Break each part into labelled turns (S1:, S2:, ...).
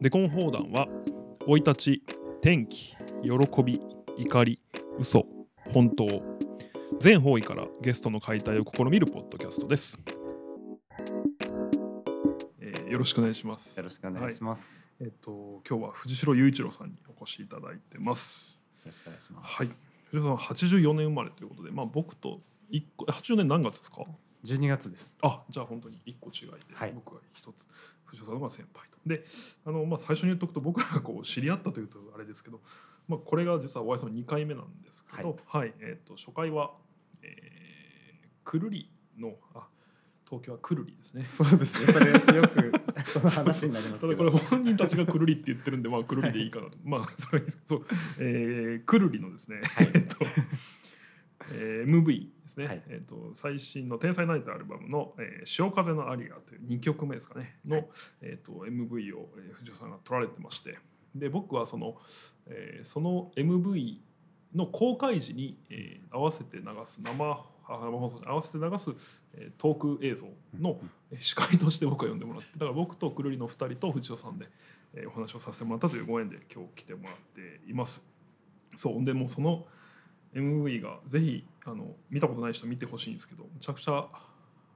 S1: デコン砲弾は生い立ち天気喜び怒り嘘本当全方位からゲストの解体を試みるポッドキャストです、えーよろしくお願いします
S2: よろしくお願いします。
S1: えっと今日は藤代雄一郎さんにお越しいただいてます。
S2: よろしくお願いします。
S1: はい。藤代さんは84年生まれということで、まあ僕と一個え84年何月ですか？
S2: 十二月です。
S1: あ、じゃあ本当に一個違いで、
S2: はい
S1: 僕は一つ藤代さんの方が先輩と。で、あのまあ最初に言っとくと僕らがこう知り合ったというとあれですけど、まあこれが実はお会いするの2回目なんですけど、はい。えっ、と初回は、えー、くるりのあ東京はくるりですね。
S2: そうですね。それよく その話になります
S1: た
S2: け
S1: だ
S2: ど。
S1: これ本人たちがくるりって言ってるんでまあくるりでいいかなと、まあそれそう、えー、くるりのですね、えっと、えー、MV ですね、
S2: はい
S1: えっと最新の「天才ナイト」アルバムの「えー、潮風のアリア」という2曲目ですかねの、
S2: はい
S1: えっと MV を、えー、藤尾さんが撮られてましてで僕はその、えーその MV の公開時に、えー合わせて流す生あ生放送合わせて流す、えートーク映像のえー司会として僕は呼んでもらってだから僕とくるりの2人と藤尾さんで、えーお話をさせてもらったというご縁で今日来てもらっています。そうでもうその MV がぜひあの見たことない人見てほしいんですけどむちゃくちゃ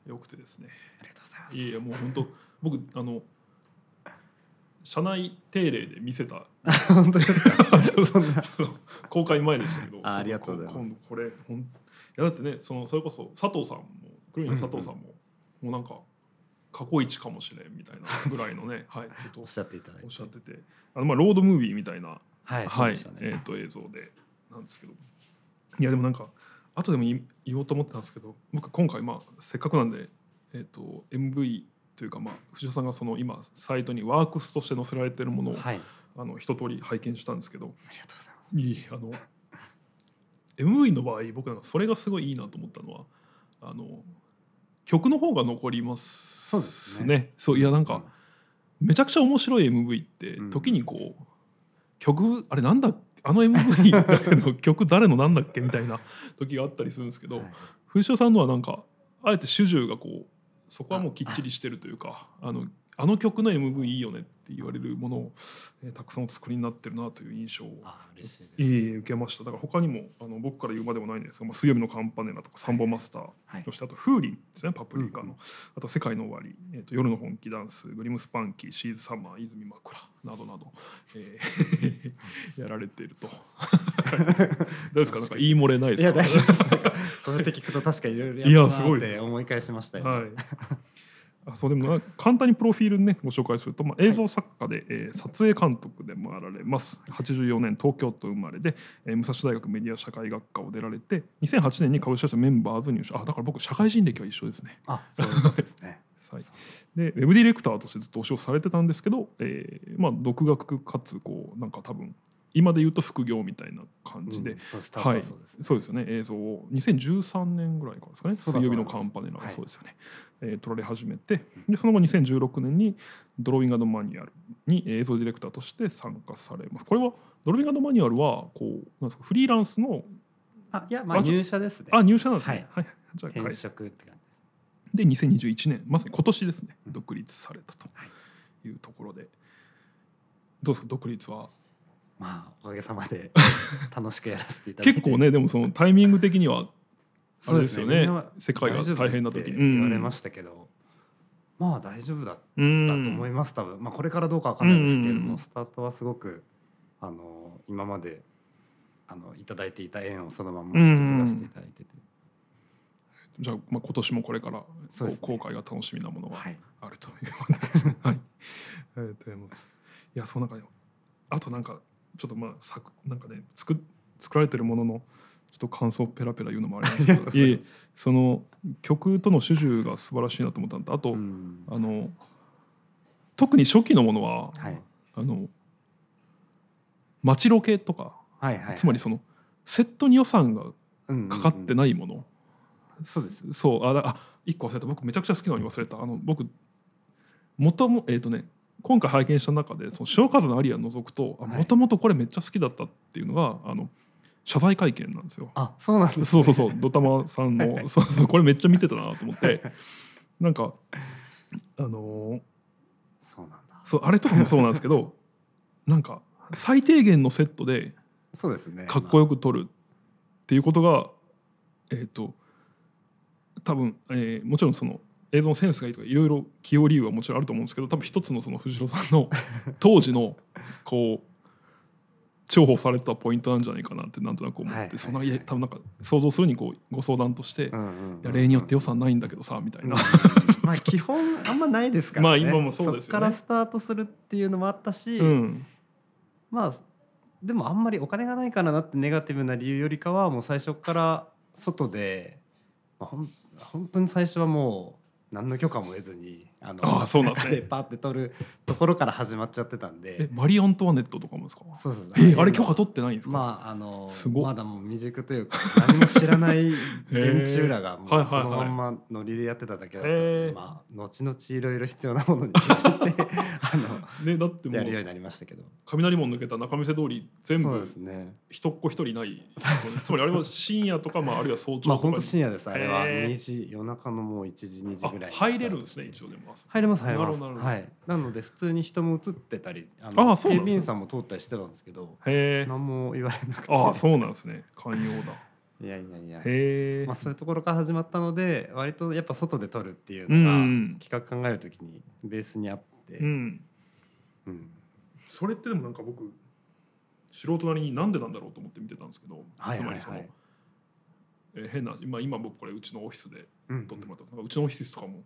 S1: 良くてですね
S2: ありがとうございま
S1: いやいやもう本当僕あの社内定例で見せた
S2: す。本当ですか。そんな。
S1: 公開前でしたけど
S2: あありがとうございます
S1: 今度これほんいやだってねそのそれこそ佐藤さんも黒いの佐藤さんも、もうなんか過去一かもしれんみたいなぐらい のね、はい、こと
S2: お
S1: を
S2: っしゃっていただいて
S1: おっ。しゃっててあの、まあ、ロードムービーみたいな
S2: はい。そ
S1: は
S2: う
S1: い、
S2: でした
S1: え
S2: ね。
S1: ー、と映像でなんですけどいやでもなんか後でも言い言おうと思ってたんですけど僕今回まあせっかくなんで、えー、と MV というかまあ藤尾さんがその今サイトにワークスとして載せられてるものを、
S2: はい。
S1: あの一通り拝見したんですけど
S2: ありがとうご
S1: い
S2: ざいます。
S1: いあの MV の場合僕なんかそれがすごいいいなと思ったのはあの曲の方が残ります
S2: そうですね
S1: そういやなんか、めちゃくちゃ面白い MV って
S2: うん
S1: 時にこう、曲あれなんだあの MV の曲誰のなんだっけみたいな時があったりするんですけど、
S2: はい
S1: 藤代さんのはなんかあえて主従がこうそこはもうきっちりしてるというかあのあの曲の MV いいよねって言われるものを、えーたくさんお作りになってるなという印象を
S2: あ、嬉しいです。
S1: ええ受けましただから他にもあの僕から言うまでもないんですが、まあ、水曜日のカンパネラとかサンボマスター、
S2: はい
S1: そしてあとフーリンですねパプリカの、
S2: うんう
S1: あと世界の終わり、えー、と夜の本気ダンスグリムスパンキーシーズサマー泉枕などなど、え ーやられているとどうですかなんか言い漏れないで
S2: い
S1: すか
S2: や大丈夫ですなんか。 そうやって聞くと確かいろいろ
S1: い
S2: や
S1: や
S2: っ
S1: す
S2: た
S1: ご
S2: ないっ
S1: です
S2: て思い返しましたよ。
S1: はい。あそうでもな簡単にプロフィールねご紹介すると、まあ、映像作家で、えー撮影監督でもあられます84年東京都生まれで、えー武蔵大学メディア社会学科を出られて2008年に株式会社メンバーズ入社あだから僕社会人歴は一緒ですね、
S2: あ、そういうことです ね。
S1: はい、でウェブディレクターとしてずっとお仕事されてたんですけど、えーまあ、独学かつこうなんか多分今で言うと副業みたいな感じで、
S2: うんそうスタートはそうですね。
S1: そうですよね映像を2013年ぐらいからですかね
S2: そ
S1: 水
S2: うだと
S1: 曜日
S2: 思い
S1: の
S2: ます
S1: カンパネラが
S2: はい
S1: そうですよね、えー撮られ始めてでその後2016年に「ドローイングマニュアル」に映像ディレクターとして参加されますこれは「ドローイングマニュアル」はこうなんですかフリーランスの
S2: あ、いやまあ入社ですね。
S1: あ入社なんですね、はいじゃあ
S2: 転
S1: 会
S2: 職って感じです。
S1: で2021年まさに今年ですね
S2: うん
S1: 独立されたと
S2: はい
S1: いうところで、どうですか独立は
S2: まあおかげさ まで楽しくやらせていただいて。
S1: 結構ねでもそのタイミング的にはあれですよね
S2: みんな
S1: 世界が大変な時
S2: 大丈夫って
S1: に
S2: 言われましたけど、まあ大丈夫だっ
S1: うん
S2: たと思います多分、まあ、これからどうかわかんないですけれ
S1: うん
S2: ど
S1: うん
S2: も、
S1: うん
S2: スタートはすごくあの今まであのいただいていた縁をそのまま引き継がせていただいてて、
S1: じゃあ、まあ、今年もこれからこう
S2: そうですね
S1: 後悔が楽しみなものが
S2: はい、
S1: あるということ ですね。はい、ありがとうございます。いやそうなんかあとなんかちょっとまあ作なんかね作作られてるもののちょっと感想をペラペラ言うのもあれなんですけ ど、いえいえその曲との主従が素晴らしいなと思ったんだ。あと、
S2: うん
S1: あの特に初期のものは、
S2: はい
S1: あの街ロケとか、
S2: はいはい
S1: つまりそのセットに予算がかかって
S2: な
S1: ない
S2: い、
S1: もの、
S2: そうです
S1: そうあだあ一個忘れた僕めちゃくちゃ好きなのに忘れたあの僕元もえっ、とね今回拝見した中でその潮風のアリア除くと
S2: はい
S1: もともとこれめっちゃ好きだったっていうのがあの謝罪会見なんですよ。
S2: あそうなんです、ね、
S1: そうそうそうドタマさんの そうそうこれめっちゃ見てたなと思ってなんかあのー
S2: そうなんだ
S1: そうあれとかもそうなんですけどなんか最低限のセットで
S2: そうですね
S1: かっこよく撮るっていうことがえっ、と多分、えーもちろんその映像のセンスがいいとかいろいろ起用理由はもちろんあると思うんですけど多分一つのその藤代さん の当時のこう重宝されてたポイントなんじゃないかなってなんとなく思って、
S2: はいはいはい
S1: そんないや多分なんか想像するにこうご相談として、
S2: まあうんうんうん
S1: いや例によって予算ないんだけどさみたいな、
S2: まあ基本あんまないですからね
S1: まあ今もそうですよね
S2: っからスタートするっていうのもあったし、
S1: うん、
S2: まあでもあんまりお金がないからなってネガティブな理由よりかはもう最初から外で、まあ、ほん本当に最初はもう何の許可も得ずにあの
S1: ああそうなんですね
S2: 中でパーって撮るところから始まっちゃってたん
S1: え
S2: で
S1: マリー・アントワネットとかもですか
S2: そうそう
S1: えあれ許可取ってないんですか、
S2: まああの
S1: すごっ
S2: まだもう未熟というか何も知らない連中らが
S1: へ
S2: も
S1: え
S2: うその
S1: はいはいは
S2: ま
S1: い
S2: んまノリでやってただけだったので、
S1: へえ
S2: まあ後々いろいろ必要なものに気づ いてあ
S1: ね、だって
S2: の
S1: も
S2: やるよう
S1: う
S2: になりましたけど
S1: 雷門抜けた仲見世通り全
S2: そう
S1: 部
S2: ですね
S1: 人っ子一人いないですよねつまりあれは深夜とか、まあ、あるいは早
S2: ま
S1: 朝
S2: あ
S1: と
S2: 本
S1: か
S2: 当
S1: に、
S2: 深夜ですあれは
S1: へえ
S2: 2時夜中のもう1時2時ぐらい
S1: あ
S2: に
S1: 入れるんですね
S2: ス
S1: 一
S2: タートして
S1: 応でもあそこ
S2: 入れます入れます
S1: なるほど
S2: はいなので普通に人も映ってたりあ
S1: あ
S2: の
S1: あそう
S2: 警
S1: なんですね
S2: 備員さんも通ったりしてたんですけど
S1: へえ
S2: 何も言われなくて
S1: ああそうなんですね寛容だ
S2: いやいやいや
S1: へえ
S2: まあ、そういうところから始まったので割とやっぱ外で撮るってい
S1: う
S2: うのが
S1: ん
S2: 企画考えるときにベースにあって、
S1: うん
S2: うん
S1: それってでもなんか僕素人なりになんでなんだろうと思って見てたんですけど、
S2: はいはいはい
S1: つまりその、えー変な今今僕これうちのオフィスで
S2: うん
S1: 撮ってもらった、なんかうちのオフィスとかも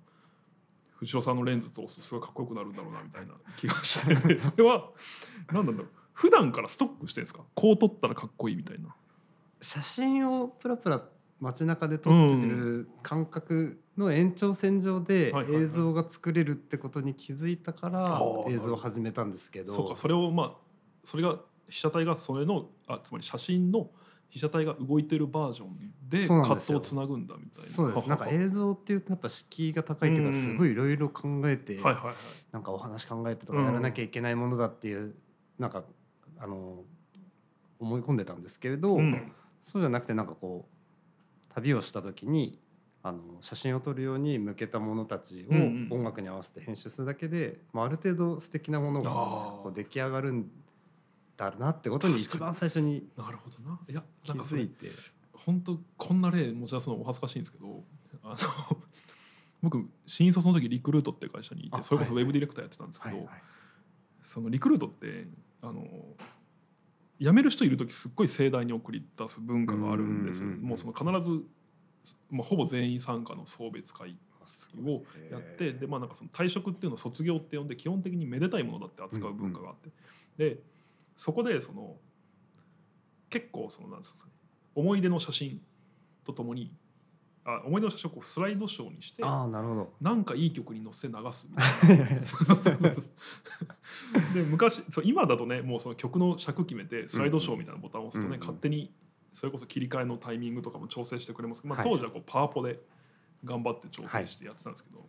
S1: 藤代さんのレンズ通すとすごいかっこよくなるんだろうなみたいな 気がしててそれは何なんだろう普段からストックしてるんですかこう撮ったらかっこいいみたいな
S2: 写真をプラプラ街中で撮って
S1: う
S2: る感覚の延長線上で
S1: はいはいはい
S2: 映像が作れるってことに気づいたから
S1: あー
S2: 映像を始めたんですけど
S1: そうかそれをまあそれが被写体がそれのあつまり写真の被写体が動いてるバージョンで
S2: そう
S1: カ
S2: なん
S1: ッ
S2: です
S1: ト
S2: よ
S1: をつなぐんだみたいな
S2: そうですなんか映像っていうとやっぱ敷居が高いっていうか
S1: うん
S2: すごいいろいろ考えて、
S1: はいはいはい
S2: なんかお話考えてとかやらなきゃいけないものだっていう、なんかあの思い込んでたんですけれど、
S1: うん
S2: そうじゃなくてなんかこう旅をした時にあの写真を撮るように向けたものたちを
S1: うんうん
S2: 音楽に合わせて編集するだけで、まあ、ある程度素敵なものが
S1: あー
S2: こう出来上がるんだなってことに
S1: 確かに
S2: 一番最初に
S1: なるほどないや
S2: 気
S1: なんかそ
S2: づ
S1: れ
S2: いて
S1: 本当こんな例持ち出すのお恥ずかしいんですけどあの僕新卒の時リクルートっていう会社にいて
S2: あ
S1: それこそウ
S2: はいは
S1: ェブ
S2: い
S1: ディレクターやってたんですけ
S2: はい
S1: ど、
S2: はい
S1: そのリクルートってあの辞める人いる時すっごい盛大に送り出す文化があるんです
S2: うんうんうんうん
S1: もうその必ず、まあ、ほぼ全員参加の送別会をやって、でまあなんかその退職っていうのを卒業って呼んで基本的にめでたいものだって扱う文化があって、でそこでその結構そのなんですかね思い出の写真とともにあ思い出の写真をこうスライドショーにして
S2: ああなるほ ど
S1: なんかいい曲に乗せて流すみたいなそうそうそうそうで昔そう今だとねもうその曲の尺決めてスライドショーみたいなボタンを押すとね、
S2: うんうん
S1: 勝手にそれこそ切り替えのタイミングとかも調整してくれますけど、まあ、
S2: はい
S1: 当時はこうパワポで頑張って調整してやってたんですけど、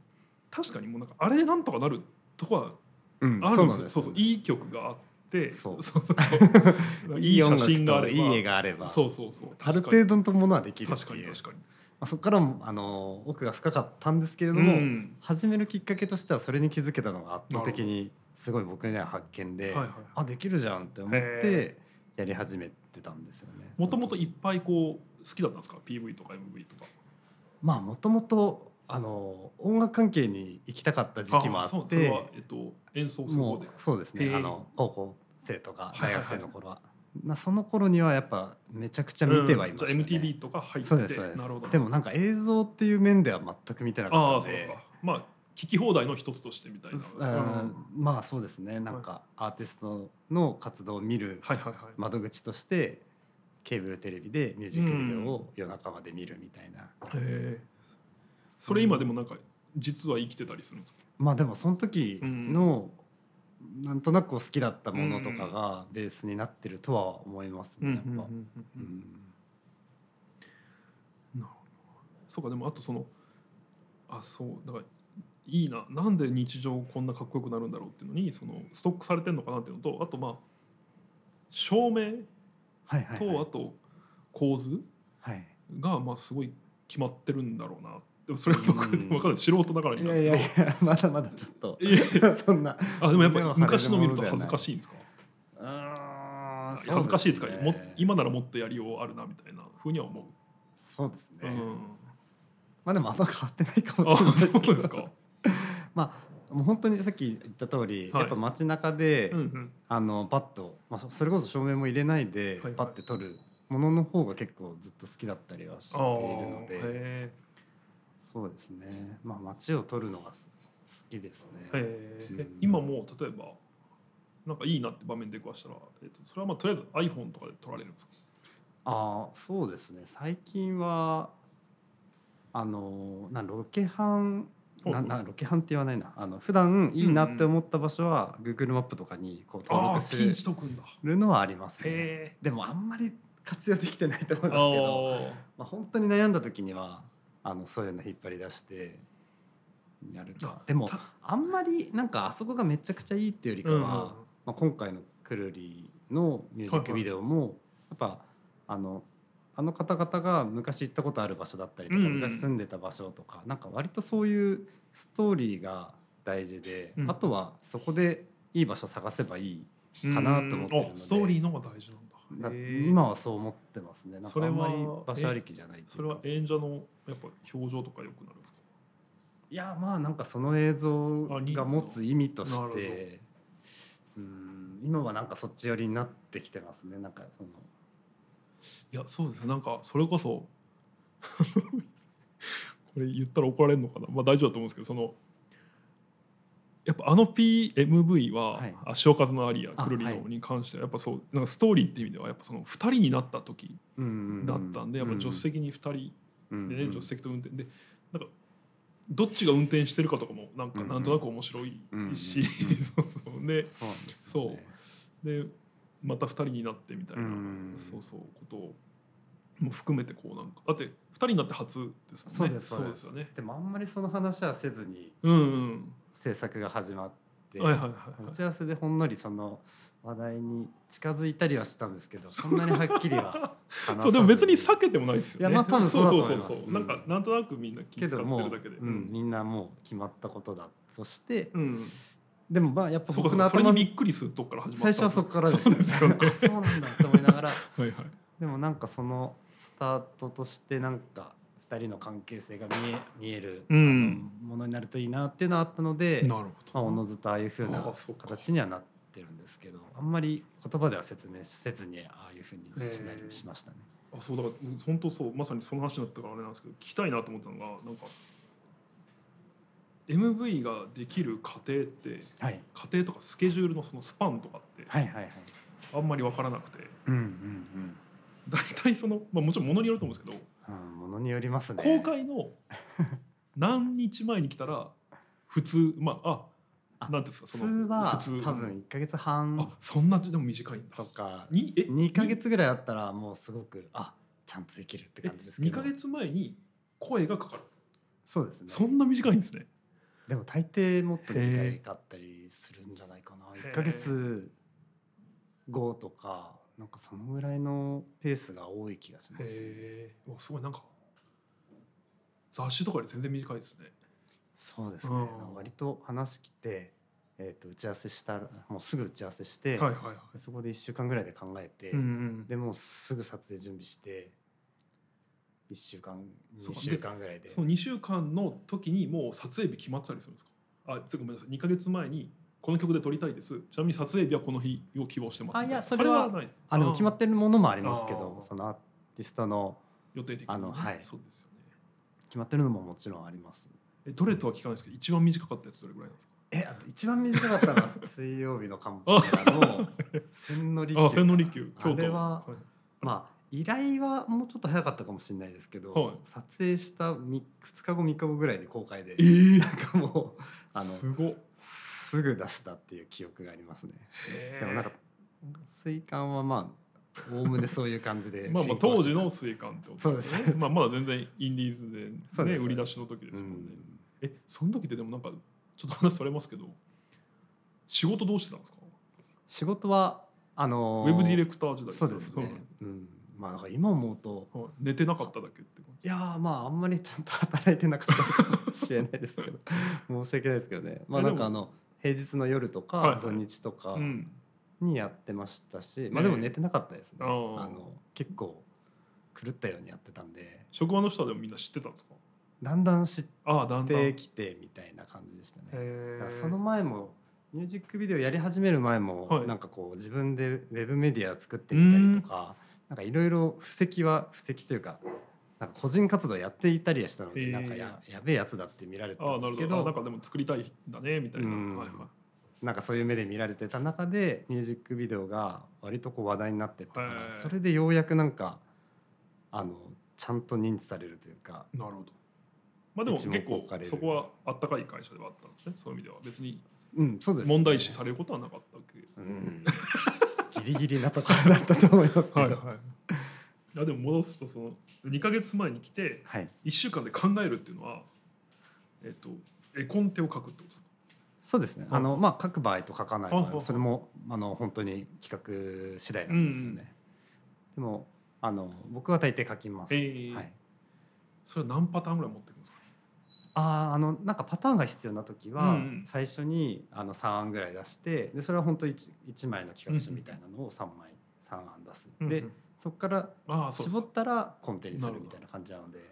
S1: 確かにもうなんかあれでなんとかなるとこは
S2: うん
S1: あ
S2: そ
S1: る
S2: う
S1: で
S2: んな
S1: す
S2: ん
S1: よ
S2: で
S1: そう
S2: す
S1: そう
S2: よ
S1: いい曲があって
S2: そう
S1: そうそうそういい
S2: 音
S1: 写
S2: 楽
S1: 真
S2: と
S1: があれば
S2: いい絵があれば
S1: そうそうそう
S2: ある
S1: 確かに
S2: 程度のものはできるって
S1: 確かに
S2: いう
S1: 確かに、
S2: まあ、そこからもあの奥が深かったんですけれど
S1: う
S2: も、
S1: ん
S2: 始めるきっかけとしてはそれに気づけたのが圧倒的にすごい僕には発見で、
S1: はいはい
S2: あできるじゃんって思っ
S1: へ
S2: てやり始めてたんですよね。
S1: もともといっぱいこう好きだったんですか PV とか MV とか
S2: まあもともとあの音楽関係に行きたかった時期もあ
S1: そう
S2: っ
S1: それ
S2: て
S1: は、えっと、演奏する方
S2: も
S1: で
S2: うそうです
S1: へ
S2: ね
S1: え
S2: あの高校生とか
S1: はいはいは
S2: 大
S1: い
S2: 学生の頃は、なその頃にはやっぱめちゃくちゃ見てはいましたね。
S1: うんじゃあ MTV とか入って
S2: そうですそうです
S1: なるほど
S2: でもなんか映像っていう面では全く見てな
S1: あ
S2: か
S1: あ
S2: った
S1: そ
S2: ん
S1: う
S2: で
S1: かまあ聞き放題の一つとしてみたいな、
S2: す
S1: うんは
S2: あーまあそうですねなんかアーティストの活動を見る
S1: いはいはい、
S2: 窓口としてケーブルテレビでミュージックビデオを夜中まで見るみたいな、
S1: へえそれ今でもなんか実は生きてたりするんですか
S2: まあでもその時のなんとなくこう好きだったものとかがベースになってるとは思いますねやっぱ。うん
S1: なるほどそうかでもあとそのあそうだからいいななんで日常こんなかっこよくなるんだろうっていうのにそのストックされてんのかなっていうのとあとまあ照明
S2: はいはい
S1: と
S2: は
S1: あと構図、
S2: いはい
S1: がまあすごい決まってるんだろうなっでもそれは僕
S2: うん
S1: 分かんない素人ながらに
S2: い
S1: なん
S2: や
S1: です
S2: い
S1: け
S2: や
S1: ど
S2: いやまだまだちょっと
S1: いや
S2: そんな
S1: あでもやっぱ
S2: で
S1: り
S2: も
S1: 昔の見ると恥ずかしいんですか
S2: うーんそうですね
S1: 恥ずかしいですかも今ならもっとやりようあるなみたいなふうには思う、
S2: そうですね、
S1: うん
S2: まあでもあんま変わってないかも
S1: あ
S2: しれないです
S1: そ
S2: け
S1: うで
S2: ど
S1: す か、
S2: まあもう本当にさっき言った通り、
S1: はい
S2: やっぱ街中で、
S1: うんうん、
S2: あのパッと、まあ、そそれこそ照明も入れないで、
S1: はいはい
S2: パッて撮るものの方が結構ずっと好きだったりはしてい
S1: あ
S2: る
S1: あ
S2: ので
S1: へ
S2: そうですねまあ街を撮るのがす好きですね。
S1: えへえ
S2: うん
S1: え今もう例えばなんかいいなって場面で壊したら、えっとそれはまあとりあえず iPhone とかで撮られるんですか
S2: ああそうですね最近はあのなんロケハンななロケハンって言わないなあの普段いいなって思った場所は Google マップとかにこう登
S1: ああ
S2: 録
S1: 禁止
S2: す
S1: とくんだ
S2: るのはありますね。
S1: へえ
S2: でもあんまり活用できてないと思
S1: あ
S2: いますけど。
S1: あ
S2: まあ、本当に悩んだ時にはあのそういうの引っ張り出してやるかでも
S1: た
S2: あんまりなんかあそこがめちゃくちゃいいっていうよりかは、まあ、今回のくるりのミュージックビデオもやっぱあのあの方々が昔行ったことある場所だったりとか、
S1: うんうん
S2: 昔住んでた場所とかなんか割とそういうストーリーが大事で、
S1: うん
S2: あとはそこでいい場所探せばいい
S1: うん
S2: かなと思ってるので
S1: あストーリーのが大事な
S2: なん
S1: だへえ
S2: 今はそう思ってますねなん
S1: そ
S2: か
S1: れ
S2: あ
S1: は
S2: んまり場所ありきじゃないっていうか
S1: それは演者のやっぱ表情とか良くなるんですか
S2: いやまあなんかその映像
S1: あリンク
S2: が持つ意味と
S1: なるほ
S2: し
S1: ど
S2: てうん今はなんかそっち寄りになってきてますねなんかその
S1: いやそうですねなんかそれこ そこれ言ったら怒られるのかなまあ大丈夫だと思うんですけどそのやっぱあの PMV は、
S2: はい
S1: あ潮風のアリア
S2: あ
S1: くるりの
S2: はい
S1: に関してはやっぱそうなんかストーリーっていう意味ではやっぱその2人になった時だったんで、やっぱ助手席に2人
S2: で
S1: でね、助手席と運転でなんかどっちが運転してるかとかもなんか
S2: うん
S1: なんとなく面白いし、
S2: うん
S1: そうそうで
S2: そうなんですよね
S1: でまた2人になってみたいな、
S2: うん
S1: そうそうことをも含めてこうなんかだって2人になって初です
S2: そ
S1: も
S2: うん
S1: ね
S2: ですそうです
S1: よね
S2: でもあんまりその話はせずに
S1: うんうん
S2: 制作が始まって
S1: はいはい
S2: 打
S1: はいはい
S2: ち合わせでほんのりその話題に近づいたりはしたんですけどそんなにはっきりは話さず に
S1: そうでも別に避けてもないですよね
S2: いやまあ多分そうだと思います
S1: そうそうそう
S2: うん
S1: なんかなんとなくみんな気
S2: け
S1: 遣って
S2: どもう
S1: るだけで
S2: うんみんなもう決まったことだとして
S1: うんうん
S2: でもまあやっぱ
S1: そうかそう
S2: 僕の
S1: かそれ
S2: 頭
S1: に
S2: の
S1: びっくりするとこから始まった
S2: 最初はそこからでした
S1: そうですよね
S2: あ そうなんだって思いながら
S1: はいはい
S2: でもなんかそのスタートとしてなんか2人の関係性が見え見える、
S1: うん
S2: あのものになるといいなっていうのはあったので、ま
S1: なるほ
S2: あ、
S1: ど、
S2: おのずとああいうふうな
S1: あそうか
S2: 形にはなってるんですけどあんまり言葉では説明せずにああいうふうにしなりしましたね。
S1: あそうだからうん本当そうまさにその話になったからあれなんですけど聞きたいなと思ったのがなんか MV ができる過程って
S2: はい、
S1: 過程とかスケジュールのそのスパンとかって
S2: はいはいはい。
S1: あんまり分からなくて
S2: うんうん
S1: 大体その、まあ、もちろんものによると思うんですけど
S2: うん。うん、ものによりますね。
S1: 公開の何日前に来たら普通まああ
S2: あ
S1: なんていうんですか
S2: 普
S1: そ
S2: 通
S1: の
S2: は多分1か月
S1: あ
S2: 半
S1: そんなでも短いんだ
S2: とか
S1: にえ
S2: 2か月ぐらいあったらもうすごくあちゃんとできるって
S1: え
S2: 感じですけ
S1: 2
S2: ど
S1: ヶ月前に声がかかる
S2: そうですね
S1: そんな短いんですね
S2: でも大抵もっと
S1: へえ
S2: 短いかったりするんじゃないかな
S1: へえ
S2: 1ヶ月後とかなんかそのぐらいのペースが多い気がしますね、
S1: へえ、うわすごいなんか雑誌とかより全然短いですね。
S2: そうですね、
S1: うん
S2: なんか割と話来て、えー、と打ち合わせしたらもうすぐ打ち合わせして、
S1: はいはいは
S2: でそこで1週間ぐらいで考えて、
S1: い。うん
S2: でもうすぐ撮影準備して1週間
S1: そう
S2: 2
S1: か
S2: 週間ぐらいで
S1: その2週間の時にもう撮影日決まってたりするんですかあつごめんなさい2か月前にこの曲で撮りたいですちなみに撮影日はこの日を希望してます
S2: あ
S1: みたない
S2: やそれは
S1: ないです
S2: あでも決ま
S1: ー
S2: ってるものもありますけど
S1: あー
S2: そのアーティストの
S1: 予定的にね
S2: あのはい
S1: そうですよね
S2: 決まってるのももちろんあります
S1: えどれとは聞かないですけど一番短かったやつどれぐらいなんですか
S2: えあと一番短かったのは 水曜日のカンパネラの千利休かな
S1: あ千利休京都
S2: あれは、
S1: い
S2: まあ依頼はもうちょっと早かったかもしれないですけど、
S1: はい
S2: 撮影した2日後3日後ぐらいで公開で
S1: えー
S2: なんかもうあの
S1: すごっ
S2: すぐ出したっていう記憶がありますね
S1: へー
S2: でもなんか水管はまあおおむねそういう感じで
S1: まあまあ
S2: 進行
S1: 当
S2: して
S1: 時の水管ってこと
S2: そうで す
S1: まあまだ全然インディーズで,、
S2: そう
S1: ね
S2: です
S1: 売り出しの時です
S2: う
S1: もんね、
S2: ん
S1: えその時ってでもなんかちょっと話それますけど仕事どうしてたんですか
S2: 仕事はあの
S1: ウェブディレクター時代
S2: そうですね
S1: よ。
S2: うん、まあだから今思うと
S1: はい寝てなかっただけって感
S2: いやーまああんまりちゃんと働いてなかったかもしれないですけど 申し訳ないですけどねまあ
S1: いや
S2: なんかあ
S1: で
S2: の平日の夜と
S1: はい
S2: か
S1: はい
S2: 土日とか
S1: じ。うん。
S2: にやってましたし、まあでも寝てなかったですね、
S1: あー
S2: あの結構狂ったようにやってたんで
S1: 職場の人はでもみんな知ってたんですか。
S2: だんだん知っ
S1: ああ、だんだん。
S2: て
S1: へ
S2: きてみたいな感じでしたね、だから
S1: え。
S2: その前もミュージックビデオやり始める前も、
S1: はい
S2: なんかこう自分でウェブメディア作ってみたりとかなんかいろいろ布石は布石というかなんか個人活動やっていたりはしたので、
S1: へー
S2: なんかややべえやつだって見られて
S1: あ
S2: た
S1: あ、な
S2: んで
S1: るほ
S2: すけ
S1: ど。
S2: ど
S1: あなんかでも作りたいんだねみたいな。
S2: うん
S1: はいは
S2: なんかそういう目で見られてた中でミュージックビデオが割とこう話題になってったか
S1: へー
S2: らそれでようやくなんかあのちゃんと認知されるというか
S1: い。なるほど。まあでも結
S2: 一目
S1: 構
S2: 置かれる
S1: そこはあったかい会社ではあったんですね。そういう意味では別に
S2: うんそうですね
S1: 問題視されることはなかったわけ。
S2: うんギリギリなところだったと思いますけ
S1: はい
S2: ど
S1: はい。あでも戻すとその2か月前に来て
S2: はい
S1: 1週間で考えるっていうのは、えっと、絵コンテを書くってことですか
S2: そうですね。
S1: はい
S2: あのまあ書く場合と書かない場
S1: あほうほう
S2: 合、それもあの本当に企画次第なんですよね。でもあの僕は大抵書きます。
S1: えー
S2: はい。
S1: それは何パターンぐらい持ってくるんですか
S2: あーあのなんかパターンが必要な時は、
S1: うんうん
S2: 最初にあの三案ぐらい出して、でそれは本当一一枚の企画書みたいなのを三枚三案出す。で
S1: うんうん
S2: そこから
S1: ああそう
S2: 絞
S1: そう
S2: ったらコンテにするみたいな感じなので、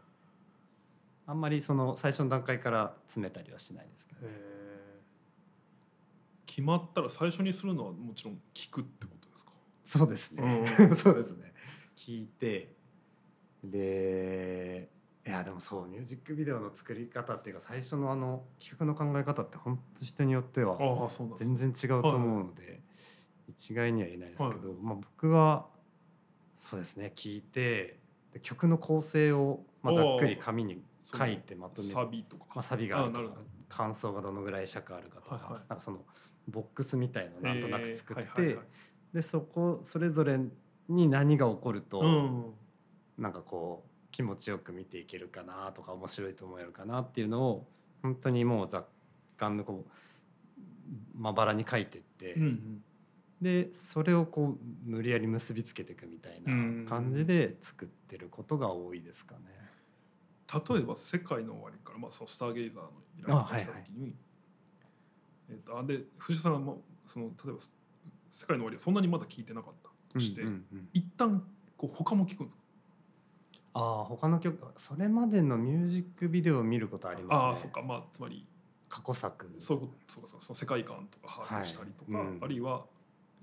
S2: あんまりその最初の段階から詰めたりはしないですけど。
S1: えー決まったら最初にするのはもちろん聞くってことですか、
S2: そうですね。
S1: う
S2: そうですね聞いてでいやでもそうミュージックビデオの作り方っていうか最初のあの企画の考え方って本当人によっては
S1: ああそうなんです
S2: 全
S1: ね
S2: 然違うと思うので、一概には言えないですけど、
S1: は
S2: まあ、僕はそうですね聞いてで曲の構成を、まあ、ざっくり紙に書いてまとめて
S1: サビとか、
S2: まあ、サビがあると
S1: あな
S2: か
S1: るほど
S2: 感想がどのぐらい尺あるかとか、
S1: はいはい
S2: なんかそのボックスみたいのをなんとなく作って、
S1: えーはいはいはい
S2: でそこそれぞれに何が起こると、
S1: うん
S2: なんかこう気持ちよく見ていけるかなとか面白いと思えるかなっていうのを本当にもう雑感のこうまばらに書いてって、
S1: うんうん
S2: でそれをこう無理やり結びつけていくみたいな感じで作ってることが多いですかね。
S1: 例えば「世界の終わり」から、まあ、そのスターゲイザーの依頼が来た時にえっとあで藤井さんはもうその例えば「世界の終わり」はそんなにまだ聞いてなかったとして、
S2: うんうんうん
S1: 一旦こう他も聞くんですか
S2: ああ他の曲それまでのミュージックビデオを見ることあり
S1: ああ
S2: ま
S1: ー
S2: す
S1: そっ
S2: ね
S1: かまあつまり
S2: 過去作
S1: そういうことそうかそうかその世界観とか把握したりとか、
S2: はいうん
S1: あるいは、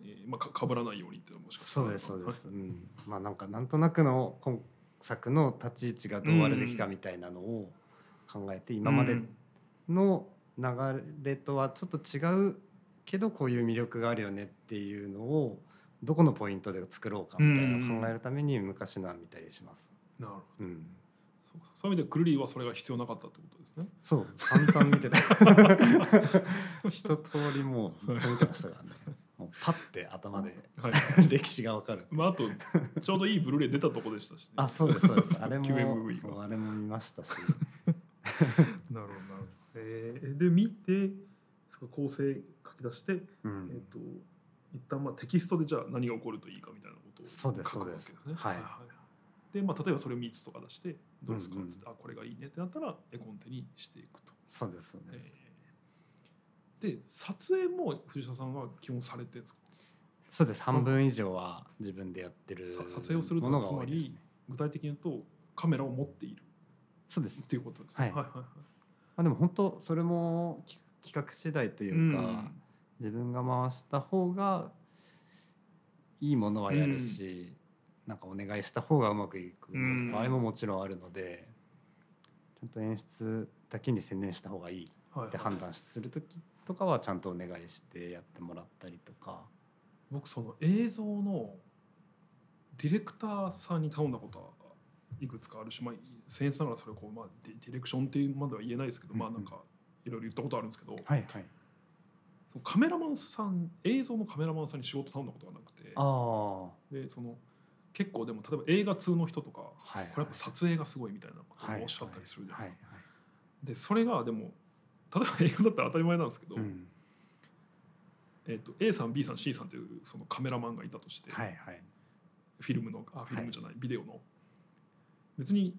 S1: えーまあ、かかぶらないようにっていうのもしかした
S2: そ
S1: ら
S2: うですそうです、
S1: は
S2: うん、まあなんかなんとなくの今作の立ち位置がどうあるべきかみたいなのを考えて
S1: い
S2: 今ま
S1: う
S2: で
S1: ん
S2: の流れとはちょっと違うけどこういう魅力があるよねっていうのをどこのポイントで作ろうかみたいなのを考えるために昔のは見たりします。
S1: なるほど
S2: うん
S1: そうかそういう意味でクルリーはそれが必要なかったってことですね
S2: そう散々見てた 一通りもうずっと見てました からねもうパッて頭で
S1: はい、
S2: 歴史がわかる
S1: まあ、あとちょうどいいブルーレイ出たとこでしたし、ね、
S2: あそうですそうですあ れ
S1: QMV
S2: も
S1: が
S2: そうあれも見ましたし
S1: なるほどなるほど、えーで見てそう構成書き出して、
S2: う
S1: えっ
S2: ん
S1: と一旦まあテキストでじゃあ何が起こるといいかみたいなことを
S2: そうです
S1: 書くわけ
S2: そう
S1: ね
S2: ですはい
S1: でまあ、例えばそれを3つとか出してどうですか
S2: うん
S1: っ
S2: うん
S1: つって、あこれがいいねってなったら絵コンテにしていくと。
S2: そうですそうです
S1: えーで撮影も藤田さんは基本されてるんですか
S2: そうです半分以上は自分でやってる
S1: さ撮影をすると
S2: も
S1: いうの
S2: の
S1: は
S2: が多いですね
S1: 具体的に言うとカメラを持っている
S2: そうです
S1: っていうことです
S2: はい
S1: はいはいはい
S2: まあでも本当それも企企画次第というか、
S1: うん
S2: 自分が回した方がいいものはやるし、なんかお願いした方がうまくいく
S1: うん
S2: 場合ももちろんあるので、ちゃんと演出だけに専念した方がいい
S1: はいはい
S2: って判断する時とかはちゃんとお願いしてやってもらったりとか
S1: 僕その映像のディレクターさんに頼んだことはいくつかあるし、まあ、僭越ながらそれをこう、まあ、ディディレクションっていうまでは言えないですけど、まあ
S2: うん
S1: な
S2: うん
S1: んかいろいろ言ったことあるんですけど、
S2: はいはい
S1: そのカメラマンさん映像のカメラマンさんに仕事頼んだことがなくて
S2: ああは
S1: でその結構でも例えば映画通の人とかこ
S2: い、はい、
S1: れやっぱ撮影がすごいみたいなこと
S2: はい
S1: をおっしゃったりするじゃない
S2: は
S1: で
S2: い
S1: すか。
S2: はい
S1: でそれがでも例えば映画だったら当たり前なんですけど、
S2: うん
S1: えっと A さん B さん C さんというそのカメラマンがいたとして、
S2: はいはい
S1: フィルムのあフィル
S2: は
S1: ム
S2: い
S1: じゃない、ビデオの別に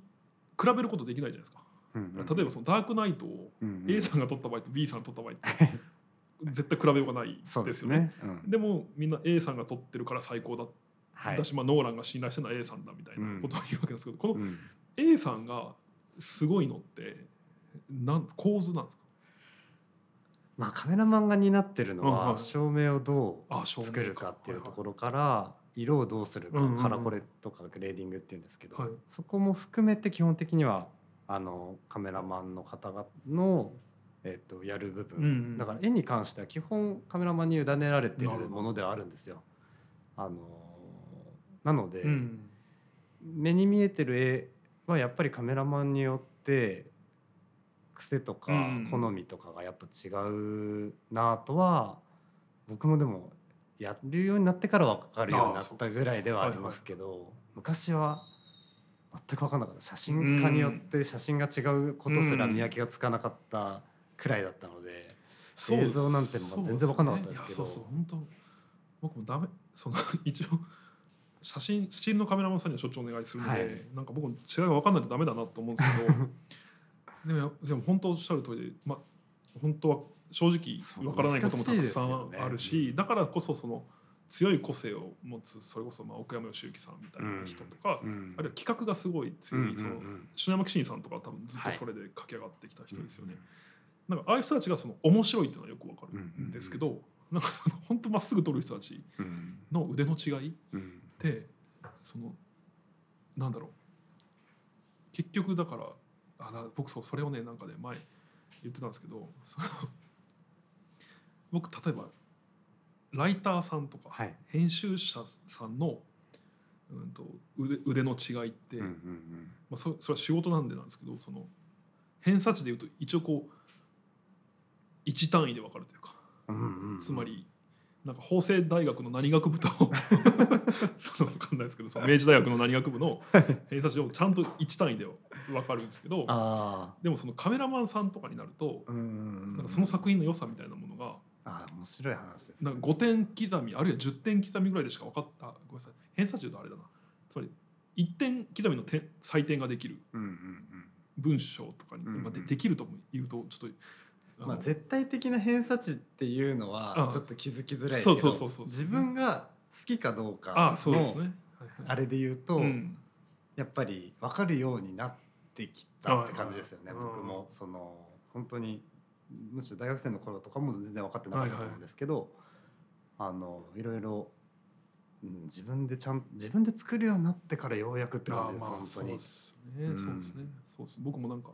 S1: 比べることできないじゃないですか、例えばそのダークナイトを
S2: うんうん
S1: A さんが撮った場合と B さんが撮った場合 って絶対比べようがないです
S2: そ
S1: よ
S2: う
S1: ね
S2: ですね。うん
S1: でもみんな A さんが撮ってるから最高だ、
S2: はい。
S1: 私まあノーランが信頼してるのは A さんだみたいなことを言うわけなんですけど、この
S2: うん、
S1: A さんがすごいのってなん構図なんですか
S2: まあカメラマンが担ってるの
S1: うんうん
S2: は照明をど
S1: あ
S2: う
S1: 照明
S2: 作るかっていうところから色をどうするか
S1: うんうんうん
S2: カラコレとかグレーディングっていうんですけど
S1: はい
S2: そこも含めて基本的にはあのカメラマンの方がのえっとやる部
S1: うんう
S2: 分
S1: ん
S2: だから絵に関しては基本カメラマンに委ねられてる
S1: なるほど
S2: ものではあるんですよ。あのなので、
S1: うん
S2: 目に見えてる絵はやっぱりカメラマンによって癖とか
S1: うん
S2: 好みとかがやっぱ違うなとは僕もでもやるようになってから分かるようになったぐらいではありますけど昔は全く分かんなかった写真家によって写真が違うことすら見分けがつかなかったくらいだったので
S1: そうです
S2: 映像なんてもう全然分かんなかったですけど
S1: そうねいやそうそう本当僕もダメその 一応写真スチールのカメラマンさんにはしょっちゅうお願いするので、
S2: はい
S1: なんか僕も違いが分かんないとダメだなと思うんです けどでもやでも本当おっしゃる通りで、ま、本当は正
S2: そ
S1: 直
S2: う
S1: 分からないこともたくさん
S2: 難しいですよね
S1: あるしだからこそその強い個性を持つそれこそまあ奥山義行さんみたいな人とか、
S2: うん
S1: あるいは企画がすごい強い、その
S2: うん
S1: 篠山紀信さんとかは多分ずっとそれで駆け上がってきた人ですよね。なんかああいう人たちがその面白いっていうのはよくわかるんですけど、なんかその本当まっすぐ撮る人たち
S2: うん
S1: の腕の違いっ
S2: うん
S1: てそのなんだろう結局だからあな僕そうそれをねなんかね前言ってたんですけど その僕例えばライターさんとか
S2: はい
S1: 編集者さんの、うん、と腕腕の違いって、
S2: うんうん
S1: まあ、そそれは仕事なんでなんですけどその偏差値でいうと一応こう一単位で分かるというか
S2: うんうんうん
S1: つまりなんか法政大学の何学 部とその分かんないですけどその明治大学の何学部の偏差値をちゃんと一単位で分かるんですけど
S2: あ
S1: でもそのカメラマンさんとかになると
S2: あうんうん
S1: なん
S2: うん
S1: かその作品の良さみたいなものが
S2: あー面白い話ですね。
S1: なんか5点刻みあるいは10点刻みぐらいでしか分かったあごめんなさい偏差値で言うとあれだなつまり1点刻みの点採点ができる
S2: うんうん
S1: 文章とかに、
S2: うんうん
S1: まあ、でできるとも言うとちょっと
S2: う
S1: あ
S2: ん
S1: の
S2: まあ、絶対的な偏差値っていうの
S1: あ
S2: は
S1: あ
S2: ちょっと気づきづらいけ
S1: そう
S2: ど
S1: そうそうそう
S2: 自分が好きかどうかの
S1: あそうですねはいはい
S2: あれで言うと、
S1: うん
S2: やっぱり分かるようになってきたって感じですよね、
S1: はいはい
S2: 僕もその本当にむしろ大学生の頃とかも全然分かってなかったと思うんですけど、いあのいろいろ、うん、自分でちゃん自分で作るようになってからようやくって感じです、
S1: あまあ
S2: 本
S1: そ
S2: 当
S1: う
S2: に
S1: で。すね、
S2: うん
S1: そうですねそうです僕もなんか、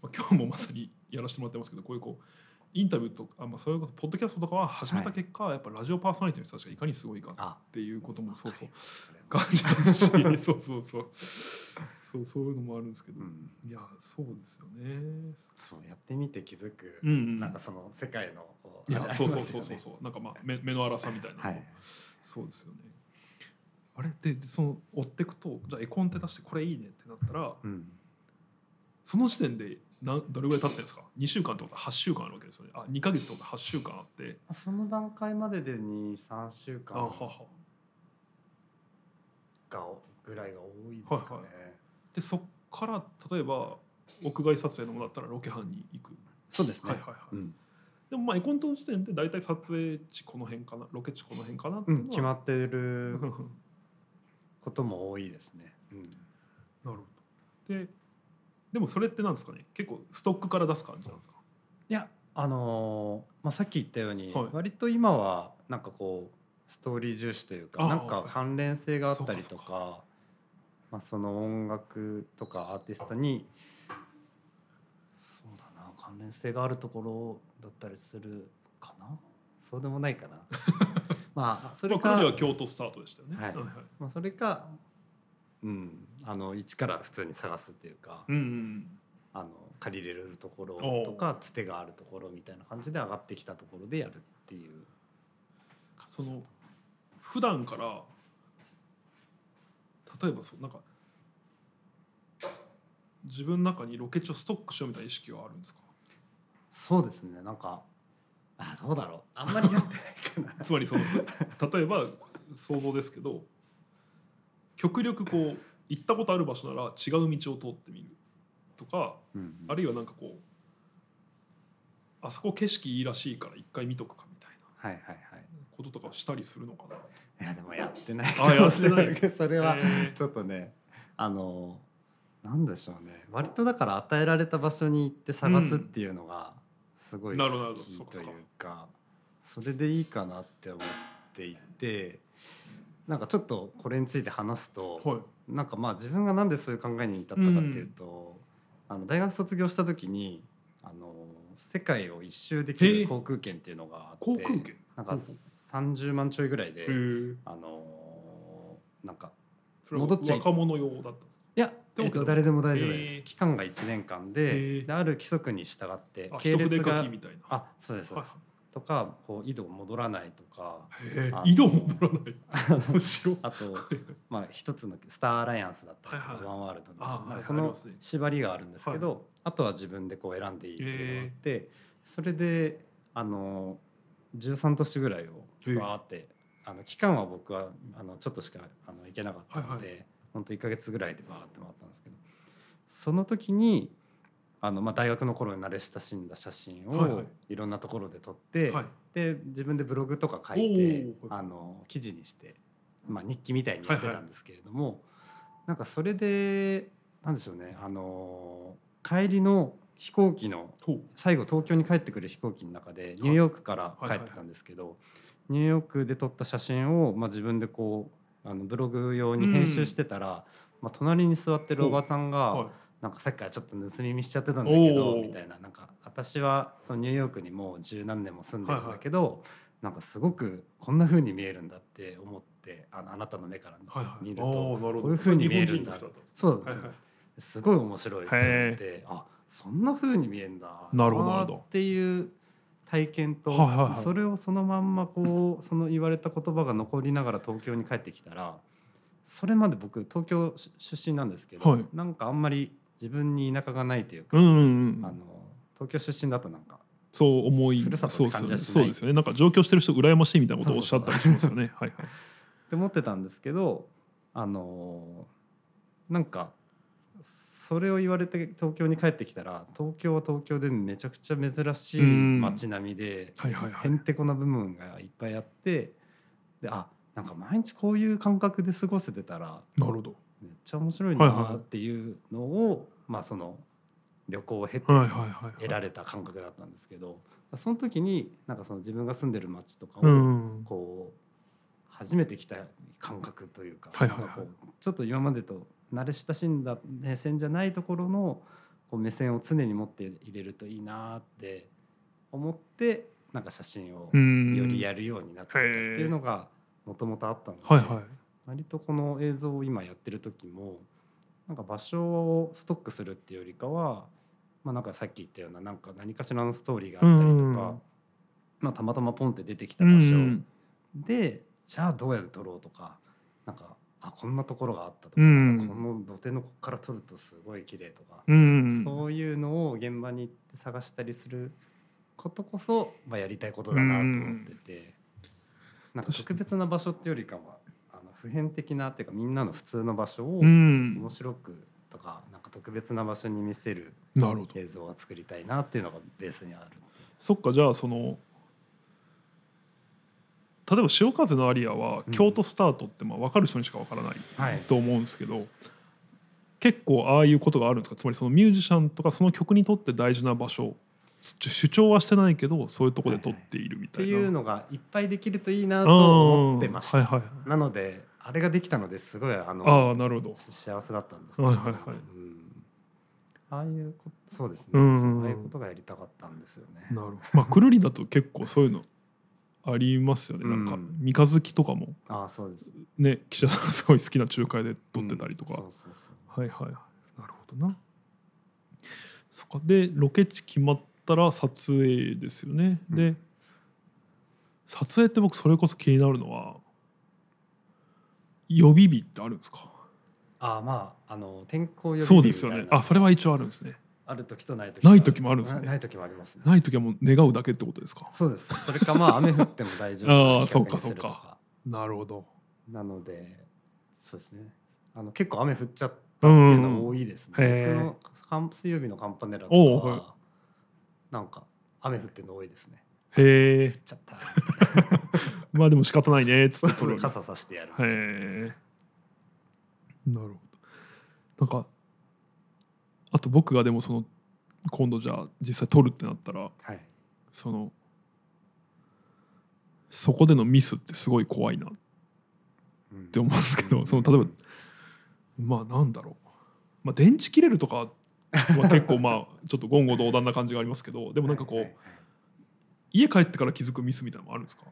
S1: まあ、今日もまさにやらせてもらってますけどこういうこうインタビューとか、まあ、それこそポッドキャストとかは始めた結果、やっぱラジオパーソナリティの人たちがいかにすごいかっ
S2: あ
S1: ていうこともそうそう
S2: それも
S1: 感じますし そうそうそうそうそういうのもあるんですけど、
S2: うん
S1: いやそうですよね。
S2: そうやってみて気づく、
S1: うんうん、
S2: なんかその世界のこう
S1: いや
S2: あれ
S1: そう
S2: あ
S1: そう
S2: ります
S1: そ
S2: よ
S1: う
S2: ね
S1: そうそうなんかまあ目目の粗さみたいな、
S2: はい、
S1: そうですよねあれででその追っていくとじゃあ絵コンテ出してこれいいねってなったら
S2: うん、
S1: その時点でなんどれぐらい経ってるんですか2週間ってことは8週間あるわけですよねあ2か月ってことは8週間あって
S2: その段階までで23週
S1: あは
S2: 間
S1: は
S2: がぐらいが多いですかね、
S1: はいでそっから例えば屋外撮影のものだったらロケハンに行く、
S2: そうですね、
S1: はいはいはい、
S2: うん
S1: でもまあ絵コンテの時点で大体撮影地この辺かなロケ地この辺かなって
S2: う
S1: いうのは、
S2: ん、決まって る
S1: うんうん
S2: ことも多いですね、うん、
S1: なるほどででもそれってなんですかね結構ストックから出す感じなんですか
S2: いやあのーまあ、さっき言ったように、
S1: はい
S2: 割と今はなんかこうストーリー重視という
S1: あ
S2: か
S1: ー
S2: なんか関連性があったり
S1: そ
S2: と
S1: う
S2: か
S1: か
S2: まあ、その音楽とかアーティストにそうだな関連性があるところだったりするかなそうでもな いかなまあそれ
S1: まあ、
S2: か、
S1: 彼女は京都スタートでしたよね。
S2: はい
S1: はいはい、
S2: まあ、それか、うん、あの一から普通に探すっていうか、
S1: うんうん
S2: あの借りれるところとかつてがあるところみたいな感じで上がってきたところでやるっていう感
S1: そ
S2: じ
S1: の普段から例えばそうなんか自分の中にロケ地をストックしようみたいな意識はあるん ですか
S2: そうですねなんかあどうだろうあんまりやってないかな
S1: つまりその例えば想像ですけど極力こう行ったことある場所なら違う道を通ってみるとか
S2: うん
S1: あるいはなんかこうあそこ景色いいらしいから一回見とくかみたいな
S2: はいはいはい
S1: こととかをしたりするのかな。
S2: いやでもやってない
S1: あやってない
S2: かもしれそれは
S1: えー
S2: ちょっとねあのなんでしょうね割とだから与えられた場所に行って探すっていうのがすごい
S1: なるほどなる
S2: 好
S1: ほど
S2: き
S1: そうかそ
S2: というう
S1: か
S2: かそれでいいかなって思っていてなんかちょっとこれについて話すと
S1: はい
S2: なんかまあ自分がなんでそういう考えに至ったかっていうとあの大学卒業した時にあの世界を一周でき
S1: へえ
S2: る航空券っていうのがあっ
S1: 航
S2: て
S1: 空券
S2: なんか
S1: ほうほ
S2: 30万ちょいぐらいで
S1: へー
S2: あのーなんか
S1: それは
S2: 戻っちゃい
S1: 若者用だったんです
S2: いや、
S1: でも
S2: えっと誰でも大丈夫です、
S1: へー
S2: 期間が1年間
S1: へ
S2: で
S1: ー
S2: である規則に従って
S1: かあ
S2: 系
S1: 一筆
S2: 列
S1: 書
S2: が
S1: きみたいな。
S2: あそうですそうです、とかこう井戸戻らないとか
S1: へー
S2: あ
S1: 井戸戻らない。面白い。
S2: あとまあ一つのスターアライアンスだったりとか、
S1: はいはい
S2: ワンワールドみたい
S1: あ
S2: な
S1: はい
S2: なん
S1: はい
S2: かそ
S1: あり
S2: の
S1: ますね
S2: 縛りがあるんですけど、あとは自分でこう選んでいいっていうのがあって、それであの13都市ぐらい
S1: へえ
S2: をわーってあの期間は僕はあのちょっとしかあの行けなかったので、
S1: は
S2: 本当1か月ぐらいでバーって回ったんですけどその時にあの、まあ、大学の頃に慣れ親しんだ写真
S1: はいはい
S2: をいろんなところで撮って、
S1: はい。
S2: で自分でブログとか書いて
S1: おー
S2: あの記事にして、まあ、日記みたいにやってたんですけれども、なんかそれでなんでしょうねあの帰りの飛行機の
S1: ほう。
S2: 最後東京に帰ってくる飛行機の中でニューヨークから帰ってたんですけど、ニューヨークで撮った写真を、まあ、自分でこうあのブログ用に編集してたら、まあ、隣に座ってるおばさんが、
S1: は
S2: なんかさっきからちょっと盗み見しちゃってたんだけ
S1: お
S2: ど
S1: ー
S2: みたいななんか私はそのニューヨークにもう十何年も住んでるんだけど、なんかすごくこんな風に見えるんだって思ってあのあなたの目から見
S1: い。はいはい。
S2: 見る
S1: あ
S2: と
S1: ーなるほど。
S2: こういう風に見えるんだ
S1: 日本人の人った
S2: そうなんで
S1: は
S2: す
S1: い
S2: よ、
S1: はい。
S2: すごい面白いと思ってあそんな風に見えるんだ
S1: なるほどなるほど
S2: っていう体験と、
S1: はいはいはい
S2: それをそのまんまこうその言われた言葉が残りながら東京に帰ってきたらそれまで僕東京出出身なんですけど、
S1: はい
S2: なんかあんまり自分に田舎がないというか、
S1: うんうんう
S2: あ
S1: ん。
S2: の東京出身だとなんか
S1: そう思い
S2: ふるさと
S1: そ
S2: っ
S1: うですよ
S2: て感
S1: ね
S2: じはしない
S1: そうですよねなんか上京してる人羨ましいみたいなことをおっしゃったりしますよねはいはい
S2: って思ってたんですけどあのーなんかそれを言われて東京に帰ってきたら東京は東京でめちゃくちゃ珍しい
S1: うん
S2: 街並みで
S1: はいはいは
S2: へんてこな部分がいっぱいあってであなんか毎日こういう感覚で過ごせてたら
S1: いなるほど
S2: めっちゃ面白い
S1: はいはい
S2: なっていうのをまあその旅行を経て
S1: はいはいはい
S2: 得
S1: はい
S2: られた感覚だったんですけどその時になんかその自分が住んでる街とか
S1: う
S2: を
S1: ん
S2: こう初めて来た感覚というか
S1: はいはいはい
S2: なんかこうちょっと今までと慣れ親しんだ目線じゃないところのこう目線を常に持って入れるといいなって思ってなんか写真を
S1: うん
S2: よりやるようになってたっていうのがもともとあったので、
S1: はいはい
S2: 割とこの映像を今やってる時もなんか場所をストックするっていうよりかは、まあ、なんかさっき言ったようななんか何かしらのストーリーがあったりと
S1: うん
S2: か、まあ、たまたまポンって出てきた
S1: う
S2: 場
S1: ん
S2: 所でじゃあどうやって撮ろうとかなんかあこんなところがあったとか、
S1: うん
S2: この土手のここから撮るとすごい綺麗とか、
S1: うん
S2: そういうのを現場に行って探したりすることこそ、まあ、やりたいことだなと思ってて、なんか特別な場所っていうよりかはあの普遍的なっていうかみんなの普通の場所を
S1: う
S2: 面
S1: んな
S2: 白くとかなんか特別な場所に見せる
S1: るほど
S2: 映像は作りたいなっていうのがベースにある。
S1: そっかじゃあその例えば潮風のアリアは
S2: うん
S1: 京都スタートってまあ分かる人にしか分からない
S2: はい、
S1: と思うんですけど、結構ああいうことがあるんですかつまりそのミュージシャンとかその曲にとって大事な場所主主張はしてないけどそういうとこで撮っているみ
S2: って
S1: たいな。
S2: いうのがいっぱいできるといいな
S1: うん
S2: と思ってました。
S1: はいはい、
S2: なのであれができたのですごいあの
S1: ああなるほど。
S2: 幸せだったんです
S1: はいはいはい
S2: うんああいうこそうですね、
S1: うんうんうん
S2: そうああいうことがやりたかったんですよね。
S1: なるほど。まあくるりだと結構そういうのありますよね。なんか
S2: うん
S1: 三日月とかも
S2: ああそうです。
S1: ね記者さんがすごい好きな仲介で撮ってたりとか。
S2: うんそうそうそう
S1: はいはいはい。なるほどな。そっかでロケ地決まったら撮影ですよね。
S2: うん
S1: で撮影って僕それこそ気になるのは予備日ってあるんですか。
S2: ああまああの天候予
S1: そう
S2: 備日
S1: で
S2: み
S1: す
S2: た
S1: よ
S2: いな
S1: ね。あそれは一応あるんですね。
S2: ある時とない時
S1: ない時もあるんですね
S2: なない時もありますね。
S1: ない時はもう願うだけってことですか。
S2: そうです。それ かまあ雨降っても大丈
S1: ああ
S2: 夫な企画に
S1: そうかそうか
S2: すると
S1: なるほど。
S2: なのでそうですね。あの結構雨降っちゃったっていうのが多いですね。
S1: うんへー
S2: 僕のカン水曜日のカンパネラ
S1: お
S2: と
S1: うはい
S2: かなんか雨降ってるの多いですね。
S1: へえ
S2: 降っち ゃった。
S1: まあでも仕方ないねっつ
S2: そう
S1: って
S2: そ
S1: 取
S2: う
S1: るわけ
S2: 傘さしてやる。
S1: へえなるほどなんかあと僕がでもその今度じゃあ実際取るってなったら
S2: はい。
S1: そのそこでのミスってすごい怖いなっ
S2: うん
S1: て思うんですけどその例えばまあなんだろう、まあ、電池切れるとかは結構まあちょっと言語道断な感じがありますけどでもなんかこう、
S2: はいはいはい
S1: 家帰ってから気づくミスみたいなのもあるんですか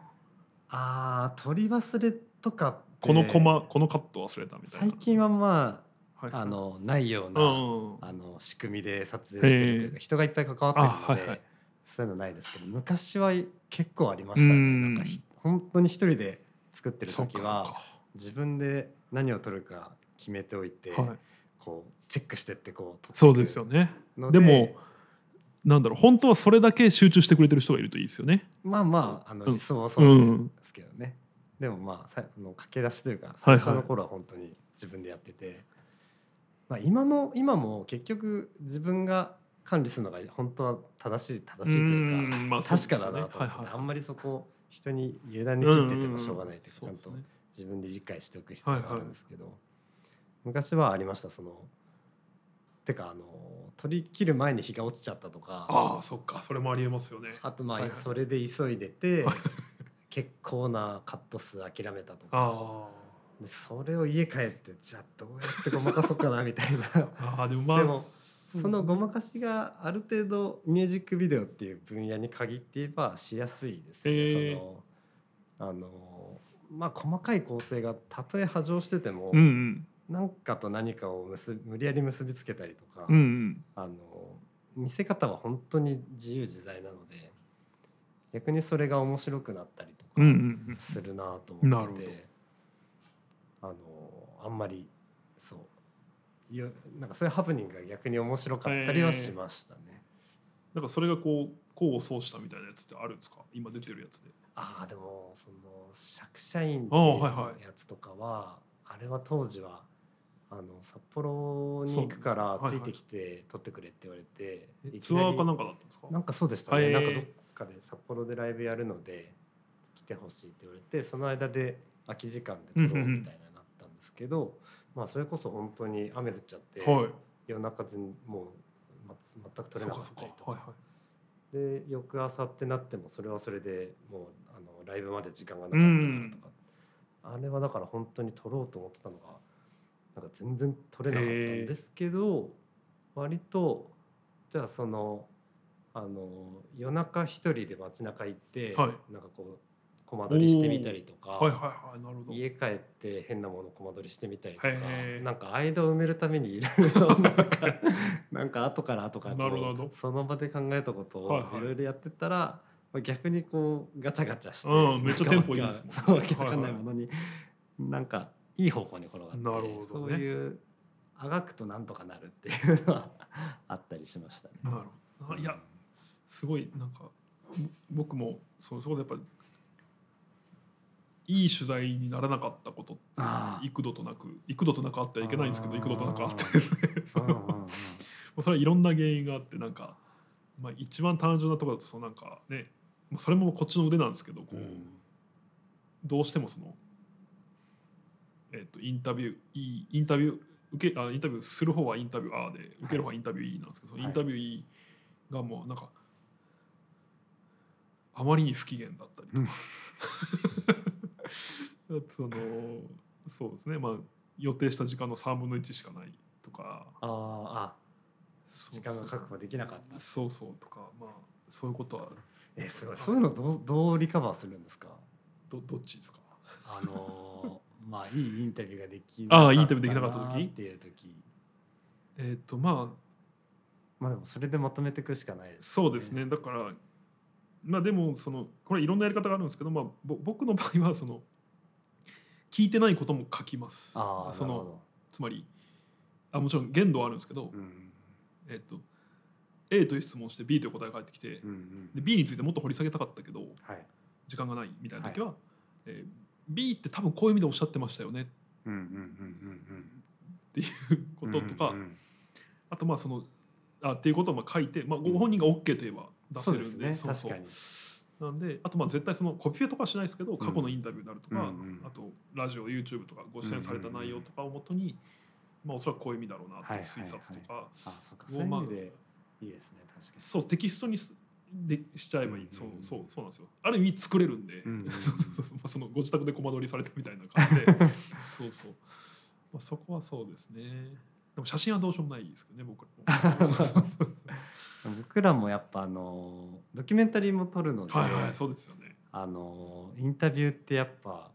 S2: ああ取り忘れとかって
S1: このコマ、このカット忘れたみたいな
S2: 最近はま
S1: はい
S2: ああのないよう
S1: う
S2: な、
S1: んうん
S2: あの仕組みで撮影してるという
S1: へ
S2: か人がいっぱい関わってるので、
S1: あはいはい
S2: そういうのないですけど昔は結構ありました
S1: う
S2: ね
S1: ん
S2: なんかひ本当に一人で作ってる
S1: そっ
S2: 時
S1: かそっ
S2: は自分で何を撮るか決めておいて、
S1: かはい
S2: こうチェックしてってこう撮って
S1: そうですよね
S2: の
S1: でもなんだろう本当はそれだけ集中してくれてる人がいるといいですよね
S2: まあまああの
S1: うん
S2: 理想はそうですけどね、でもまあさあの駆け出しというか最初の頃は本当に自分でやってて、まあ、今も今も結局自分が管理するのが本当は正しい正しいというか
S1: んまあそうで
S2: 確
S1: す
S2: か
S1: よ
S2: だ
S1: ね
S2: なと思って、
S1: はいはい
S2: あんまりそこを人に委ねきっててもしょうがないというか、
S1: うんうんうんそう
S2: ちゃ
S1: んです
S2: と
S1: ね
S2: 自分で理解しておく必要
S1: はい
S2: が
S1: はい
S2: あるんですけど、昔はありましたそのてかあの取り切る前に日が落ちちゃったとか
S1: ああそっかそれもありえますよね
S2: あとまあ、
S1: はいはい
S2: それで急いでて
S1: はい
S2: 結構なカット数諦めたとか
S1: あ
S2: でそれを家帰ってじゃあどうやってごまかそうかなみたいな
S1: あああでもまあ
S2: でも
S1: そ
S2: そのごまかしがある程度ミュージックビデオっていう分野に限って言えばしやすいですよね。
S1: へー
S2: そのあのまあ、細かい構成がたとえ波状してても、
S1: うんうん
S2: 何かと何かを結び無理やり結びつけたりとか、
S1: うんうん
S2: あの見せ方は本当に自由自在なので逆にそれが面白くなったりと
S1: うんうん
S2: か
S1: うん
S2: するなと
S1: なる
S2: 思っ
S1: ほ
S2: て
S1: ど
S2: て、あのあんまりそうよなんかそういうハプニングが逆に面白かったりはしましたね。
S1: なんかそれがこう功を奏したみたいなやつってあるんですか今出てるやつで
S2: ああでもその釈社員って
S1: あ
S2: い
S1: あ
S2: う
S1: はいはい
S2: やつとかはあれは当時はあの札幌に行くか
S1: そう
S2: ら
S1: ですはいはい
S2: ついてきて撮ってくれって言われて
S1: え
S2: いき
S1: ツ
S2: なり
S1: アーかなんかだったんですか
S2: なんかそうでした
S1: は
S2: ね、
S1: い
S2: なんかどっかで札幌でライブやるので来てほしいって言われてその間で空き時間で撮ろうみたいになったんですけど、まあそれこそ本当に雨降っちゃって、
S1: はい
S2: 夜中全もうまつ全く撮れ
S1: そ
S2: な
S1: うか
S2: かっ
S1: そう
S2: たり
S1: か
S2: とか
S1: はいはい
S2: で翌朝ってなってもそれはそれでもうあのライブまで時間がなかったなとか、あれはだから本当に撮ろうと思ってたのがなんか全然撮れなかったんですけど、割とじゃあそのあの夜中一人で街中行って、
S1: は
S2: なんかこうコマ撮りしてみたりとか、
S1: はいはいはいなるほど
S2: 家帰って変なものコマ撮りしてみたりとか
S1: へー
S2: なんか間を埋めるためにいろいろな んかなんか後から後からこ
S1: なるほどなるほ
S2: う
S1: ど
S2: その場で考えたこと
S1: は
S2: を
S1: いはい
S2: いろいろやってたら、まあ逆にこうガチャガチャして、
S1: うんめっちゃテンポいいですもん
S2: もん、ね、そうわけわかん
S1: は
S2: な
S1: い
S2: い
S1: はい
S2: ものに、なんかいい方向に転がって
S1: なるほどね
S2: そういうあがくとなんとかなるっていうのはあったりしましたね。
S1: なるほどあいやすごいなんかぼ僕もそうそこでやっぱいい取材にならなかったことって
S2: あー
S1: 幾度となく幾度となくあってはいけないんですけど
S2: あー
S1: 幾度となくあってですねそ
S2: うんうん
S1: の
S2: うん
S1: もうそれはいろんな原因があってなんか、まあ、一番単純なところだとそのなんかねまあそれもこっちの腕なんですけどこう、どうしてもその、えっとインタビューいいインタビュー受けあインタビューする方はインタビューあーで受ける方はインタビューいいなんですけど、そのインタビューいいがもうなんかあまりに不機嫌だったりとか、 あとそのそうですねまあ予定した時間の3分の1しかないとか
S2: あーあ
S1: そう
S2: 時間が確保できなかった
S1: そうそうとかまあそういうことは
S2: えーすごいそういうのどうどうリカバーするんですか
S1: どどっちですか
S2: あのーまあいいインタビューができ
S1: ああいいインタビューできなかった時
S2: っていう時
S1: えっ、とまあ
S2: まあでもそれでまとめていくしかないです、
S1: そうですねだからまあでもそのこれいろんなやり方があるんですけど、まあ、ぼ僕の場合はその聞いてないことも書きます
S2: ああ
S1: そ
S2: そ
S1: の
S2: の
S1: つまりあもちろん限度はあるんですけど、
S2: うん
S1: えっと A という質問をして B という答えが返ってきて
S2: うんうん
S1: で B についてもっと掘り下げたかったけど
S2: はい
S1: 時間がないみたいな時は、えー B って多分こういう意味でおっしゃってましたよね
S2: うんうんうんうんうん
S1: っていうこととか、
S2: うんうん
S1: あとまあそのあっていうことをまあ書いて、まあ、ご本人が OK といえば出せ
S2: そう
S1: るん
S2: で
S1: で,、
S2: す
S1: そ
S2: ね
S1: うそう
S2: 確かに
S1: なんであとまあ絶対そのコピペとかしないですけど過去のインタビューになるとか、
S2: うんうん
S1: あとラジオ YouTube とかご出演された内容とかをもとに、まあ、おそらくこういう意味だろうなっていう推察とか、
S2: あそうか
S1: ウ
S2: そう
S1: ォ
S2: いう
S1: ー
S2: 意
S1: マー
S2: 味でいいですね確か
S1: そうテキストにすでしちゃえばいい、
S2: うんうん
S1: そうそうそうなんですよある意味作れるんで、
S2: うんうん
S1: そうそう そうまあそのご自宅でコマ撮りされたみたいな感 じでそうそう、まあ、そこはそうですねでも写真はどうしようもないですけどね僕 らも そうそうそうそう
S2: に僕らもやっぱあのドキュメンタリーも撮るので、
S1: はいはいそうですよね
S2: あのインタビューってやっぱ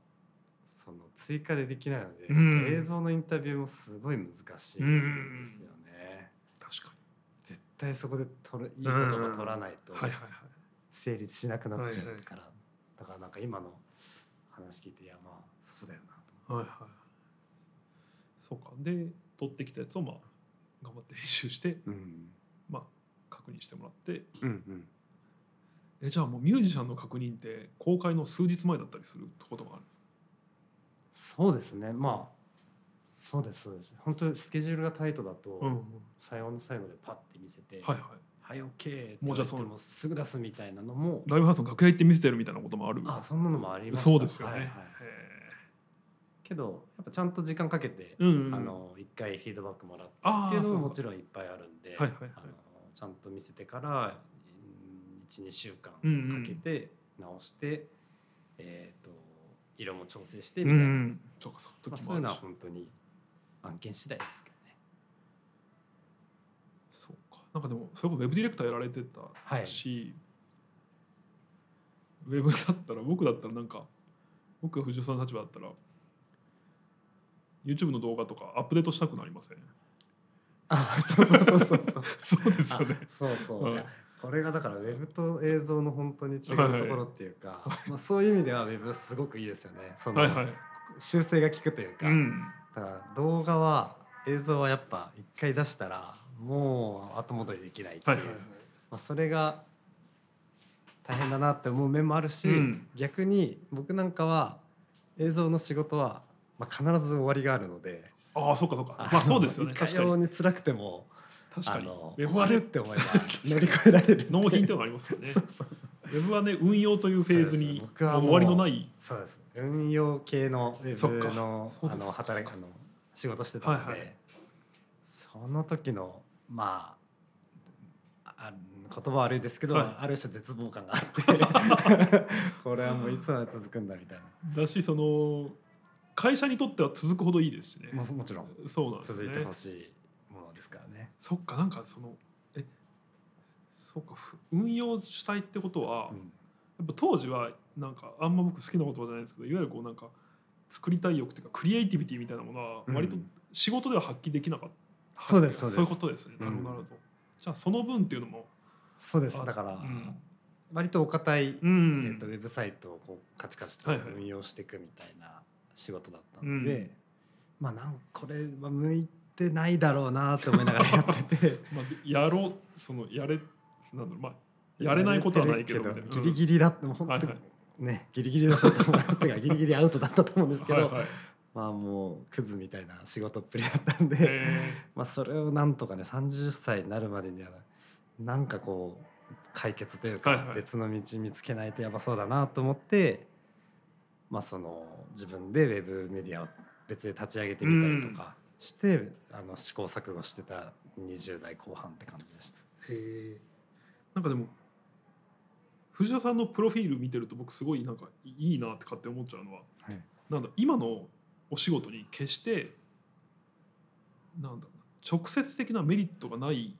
S2: その追加でできないので、
S1: うん
S2: 映像のインタビューもすごい難しい
S1: うん
S2: ですよね。
S1: 確か
S2: 絶対そこで撮るいい言葉取らないと
S1: にはいはいはい
S2: 成立しなくなっちゃう
S1: はいはい
S2: から、だからなんか今の話聞いていやまあそうだよなと
S1: はいはいそうかで撮ってきたやつをまあ頑張って編集して
S2: 思って。うん
S1: まあ確認してもらって
S2: うんうん、
S1: えじゃあもうミュージシャンの確認って公開の数日前だったりすることもある
S2: そうですねまあそうですそうです本当にスケジュールがタイトだと、
S1: うんうん
S2: 最後の最後でパッて見せて「
S1: はい
S2: い、
S1: はい
S2: はい OK」って
S1: も
S2: 言
S1: うじ
S2: っ
S1: ゃ
S2: て
S1: あその
S2: もうすぐ出すみたいなのも
S1: ライブハウスの楽屋行って見せてるみたいなこともある
S2: あそんなのもありました
S1: そうですよね、
S2: はいはいけどやっぱちゃんと時間かけて、
S1: へーうんうん
S2: あの一回フィードバックもらって
S1: あー
S2: っていうのも
S1: そうそう
S2: もちろんいっぱいあるんで、
S1: はいはいはい
S2: あのちゃんと見せてから12週間
S1: うんうん
S2: かけて直して、えっ、と色も調整して
S1: うんう
S2: みたいな、ま
S1: んそうかそう
S2: あ
S1: 時
S2: そう
S1: もある
S2: いうの
S1: し
S2: は本当に案件次第ですけどね。
S1: そうかなんかでもそれこそウェブディレクターやられてたし、ウェブだったら僕だったらなんか僕が藤尾さんの立場だったら YouTube の動画とかアップデートしたくなりません
S2: あそうそうそうそうそう
S1: そうですよね
S2: あそうそう、
S1: うん
S2: いやこれがだからウェブと映像の本当に違うところっていうか、まあ、そういう意味ではウェブすごくいいですよねその
S1: はいはい
S2: 修正が効くというか、
S1: うん
S2: だから動画は映像はやっぱ一回出したらもう後戻りできないってい
S1: は
S2: う、
S1: いはいはい
S2: まあ、それが大変だなって思う面もあるし、
S1: うん
S2: 逆に僕なんかは映像の仕事は、まあ、必ず終わりがあるので。
S1: ああそうかそうかまあそうですよね
S2: あのい
S1: 確
S2: か
S1: か
S2: よう
S1: に
S2: に辛くても
S1: 確かに
S2: あの
S1: ウェ
S2: 終
S1: ブ
S2: わ
S1: は
S2: るっ
S1: ね
S2: て 思えば乗り越えられる
S1: 納品っていうのがありますからね
S2: そうそうそう
S1: ウェブはね運用というフェーズ
S2: そうで
S1: に
S2: す僕
S1: 終
S2: はもう
S1: わりのない
S2: そうです運用系のウ
S1: そっか
S2: ェブの
S1: そう
S2: あ
S1: です
S2: の働
S1: そうです
S2: きあの仕事してたので、
S1: はいはい
S2: その時のまああ言葉悪いですけど、
S1: はい
S2: ある種絶望感が あってこれはもういつまで続くんだみたい
S1: だしその会社にとっては続くほどいいですしね
S2: なももちろん
S1: そうなんです
S2: 続い
S1: よ
S2: て
S1: ね
S2: ほしいものですからね。
S1: そっかなんかそのえそっかふ運用主体ってことは、
S2: う
S1: や
S2: ん
S1: っぱ当時はなんかあんま僕好きな言葉じゃないですけどいわゆるこうなんか作りたい欲っていうかクリエイティビティみたいなものは
S2: うん
S1: 割と仕事では発揮できなかった、
S2: そうですそうです
S1: そういうことですね、
S2: うん
S1: なるほどなるほどじゃあその分っていうのも
S2: そうです
S1: あ
S2: だから、
S1: うん
S2: 割とお堅い、
S1: うん
S2: えー、とウェブサイトをこうカチカチと
S1: はいはい
S2: 運用していくみたいな仕事だった
S1: うん
S2: ので、まあなんこれは向いてないだろうなと思いながらやってて
S1: まあ、やろうそのやれなんだろうまあ やれないことはないけど
S2: やれてる
S1: みたいな
S2: ギリギリだってもう本当、
S1: はいはい
S2: ねギリギリだったと思 ってかギリギリアウトだったと思うんですけど、
S1: はいはい
S2: まあもうクズみたいな仕事っぷりだったんで、
S1: え
S2: まあ、それをなんとかね30歳になるまでにはなんかこう解決という
S1: はい
S2: か
S1: はい
S2: 別の道見つけないとやばそうだなと思って、まあ、その自分でウェブメディアを別で立ち上げてみたりとかして、あの試行錯誤してた20代後半って感じでした。
S1: ーなんかでも藤田さんのプロフィール見てると僕すごいなんかいいなって勝手に思っちゃうのは
S2: はい
S1: なんだ今のお仕事に決してなんだろうな直接的なメリットがない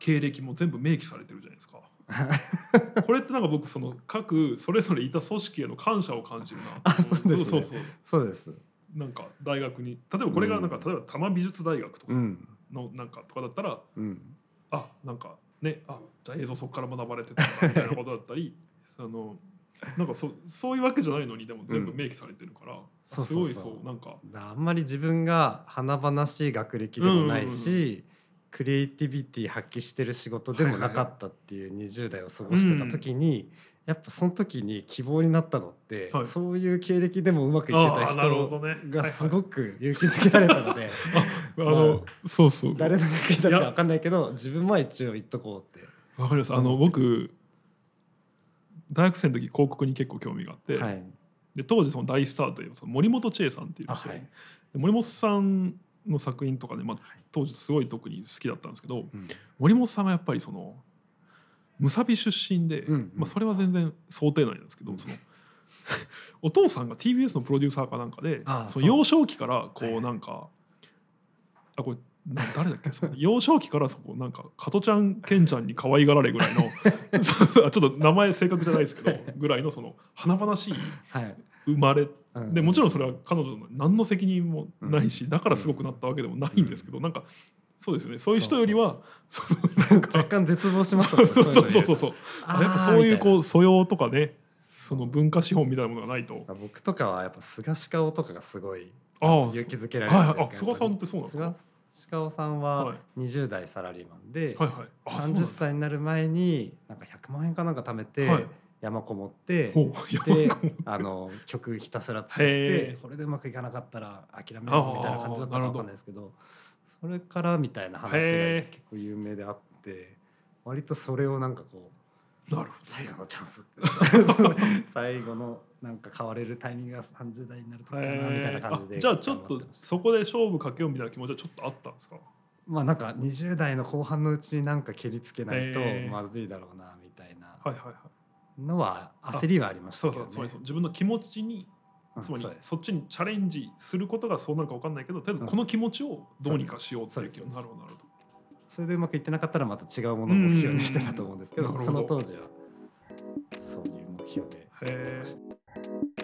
S1: 経歴も全部明記されてるじゃないですか。 これってなんか僕その各それぞれいた組織への感謝を感じるな
S2: あそうですね
S1: そうそう
S2: そうです、
S1: なんか大学に例えばこれがなんか、
S2: うん
S1: 例えば多摩美術大学と
S2: う
S1: か
S2: ん
S1: のなんかとかだったら、
S2: うん、
S1: あなんかねあじゃあ映像そこから学ばれてたんだみたいなことだったり そのなんかそそういうわけじゃないのにでも全部明記されてるから、
S2: そう
S1: す
S2: そうそう
S1: ごいそうなんか
S2: だあんまり自分が華々しい学歴でもないし、
S1: うん
S2: クリエイティビティ発揮してる仕事でもなかったっていう20代を過ごしてた時に、やっぱその時に希望になったのって、
S1: はい
S2: そういう経歴でもうまくいってた
S1: あーなるほど
S2: 人
S1: ね
S2: がすごく勇気づけられたので、
S1: あの、そうそう
S2: 誰の役に立つか分かんないけど自分も一応言っとこうっ
S1: わかりますあの僕大学生の時広告に結構興味があって、
S2: て。はい、
S1: で当時その大スターといえばその森本千恵さんっていう
S2: あ
S1: 人、
S2: は
S1: で
S2: い、
S1: 森本さんの作品とかで、まあ、当時すごい特に好きだったんですけど
S2: うん
S1: 森本さんがやっぱりそのむさび出身で、
S2: うんうん
S1: まあ、それは全然想定内なんですけど、
S2: うん
S1: その お父さんが TBS のプロデューサーかなんかで
S2: ああ
S1: そ
S2: そう
S1: の幼少期からこ
S2: はいう
S1: なんか、あこれな誰だっけその幼少期からそこなんか加トちゃんケンちゃんに可愛がられぐらい のそうそうちょっと名前正確じゃないですけどぐらいのその華々しい
S2: はい
S1: 生まれ
S2: うん
S1: でもちろんそれは彼女の何の責任もないし、だからすごくなったわけでもないんですけど、なんかそうですよねそういう人よりはそうなんか
S2: 若干絶望します
S1: そ
S2: も
S1: うん
S2: ね
S1: そうそうそうう
S2: い
S1: そう
S2: の
S1: やっぱそういう
S2: う
S1: こう素養とかねその文化資本みたいなものがないと
S2: あーみたいな僕とかはやっぱ菅氏顔とかがすごい
S1: ああ
S2: 勇気づけられる
S1: はい
S2: という
S1: はい
S2: か
S1: あ菅さんってそうなんですか
S2: 菅氏顔さん
S1: は
S2: はい20代サラリーマンで、
S1: はいはいあそうなん
S2: 30
S1: です
S2: 歳になる前になんか100万円かなんか貯めて、
S1: はい
S2: 山こもって
S1: ほうやばい
S2: で
S1: かも
S2: あの曲ひたすら作っ
S1: へ
S2: て
S1: ー
S2: これでうまくいかなかったら諦めようみたいな感じだ
S1: あ
S2: ったか
S1: ーなる
S2: わ
S1: ほど
S2: かんないですけどそれからみたいな話が
S1: へ
S2: 結
S1: ー
S2: 構有名であって割とそれをなんかこう
S1: なる
S2: 最後のチャンス 最後のなんか変われるタイミングが30代になると
S1: ほ
S2: か
S1: ど
S2: なみたいな
S1: へ
S2: 感
S1: ー
S2: じで
S1: あじゃあちょっ
S2: 頑
S1: と
S2: 張てました
S1: そこで勝負かけようみたいな気持ちはちょっとあったんですか
S2: まあなんか20代の後半のうちになんか蹴りつけないと
S1: へー
S2: まずいだろうなみたいな
S1: はいはいはい
S2: のは焦りはありまし
S1: そ
S2: た
S1: う
S2: け
S1: そうそ
S2: ど
S1: う
S2: ね
S1: そう自分の気持ちに
S2: うん
S1: つまり
S2: そうです
S1: そっちにチャレンジすることがそうなるか分かんないけどとりあえずこの気持ちをどうにかしようっていう気
S2: そう
S1: 分
S2: です
S1: なるほどなるほど
S2: それでうまくいってなかったらまた違うものを目標にしてたと思うんですけ
S1: うん
S2: ど
S1: なる
S2: そ
S1: ほど
S2: の当時はそういう目標でやってました。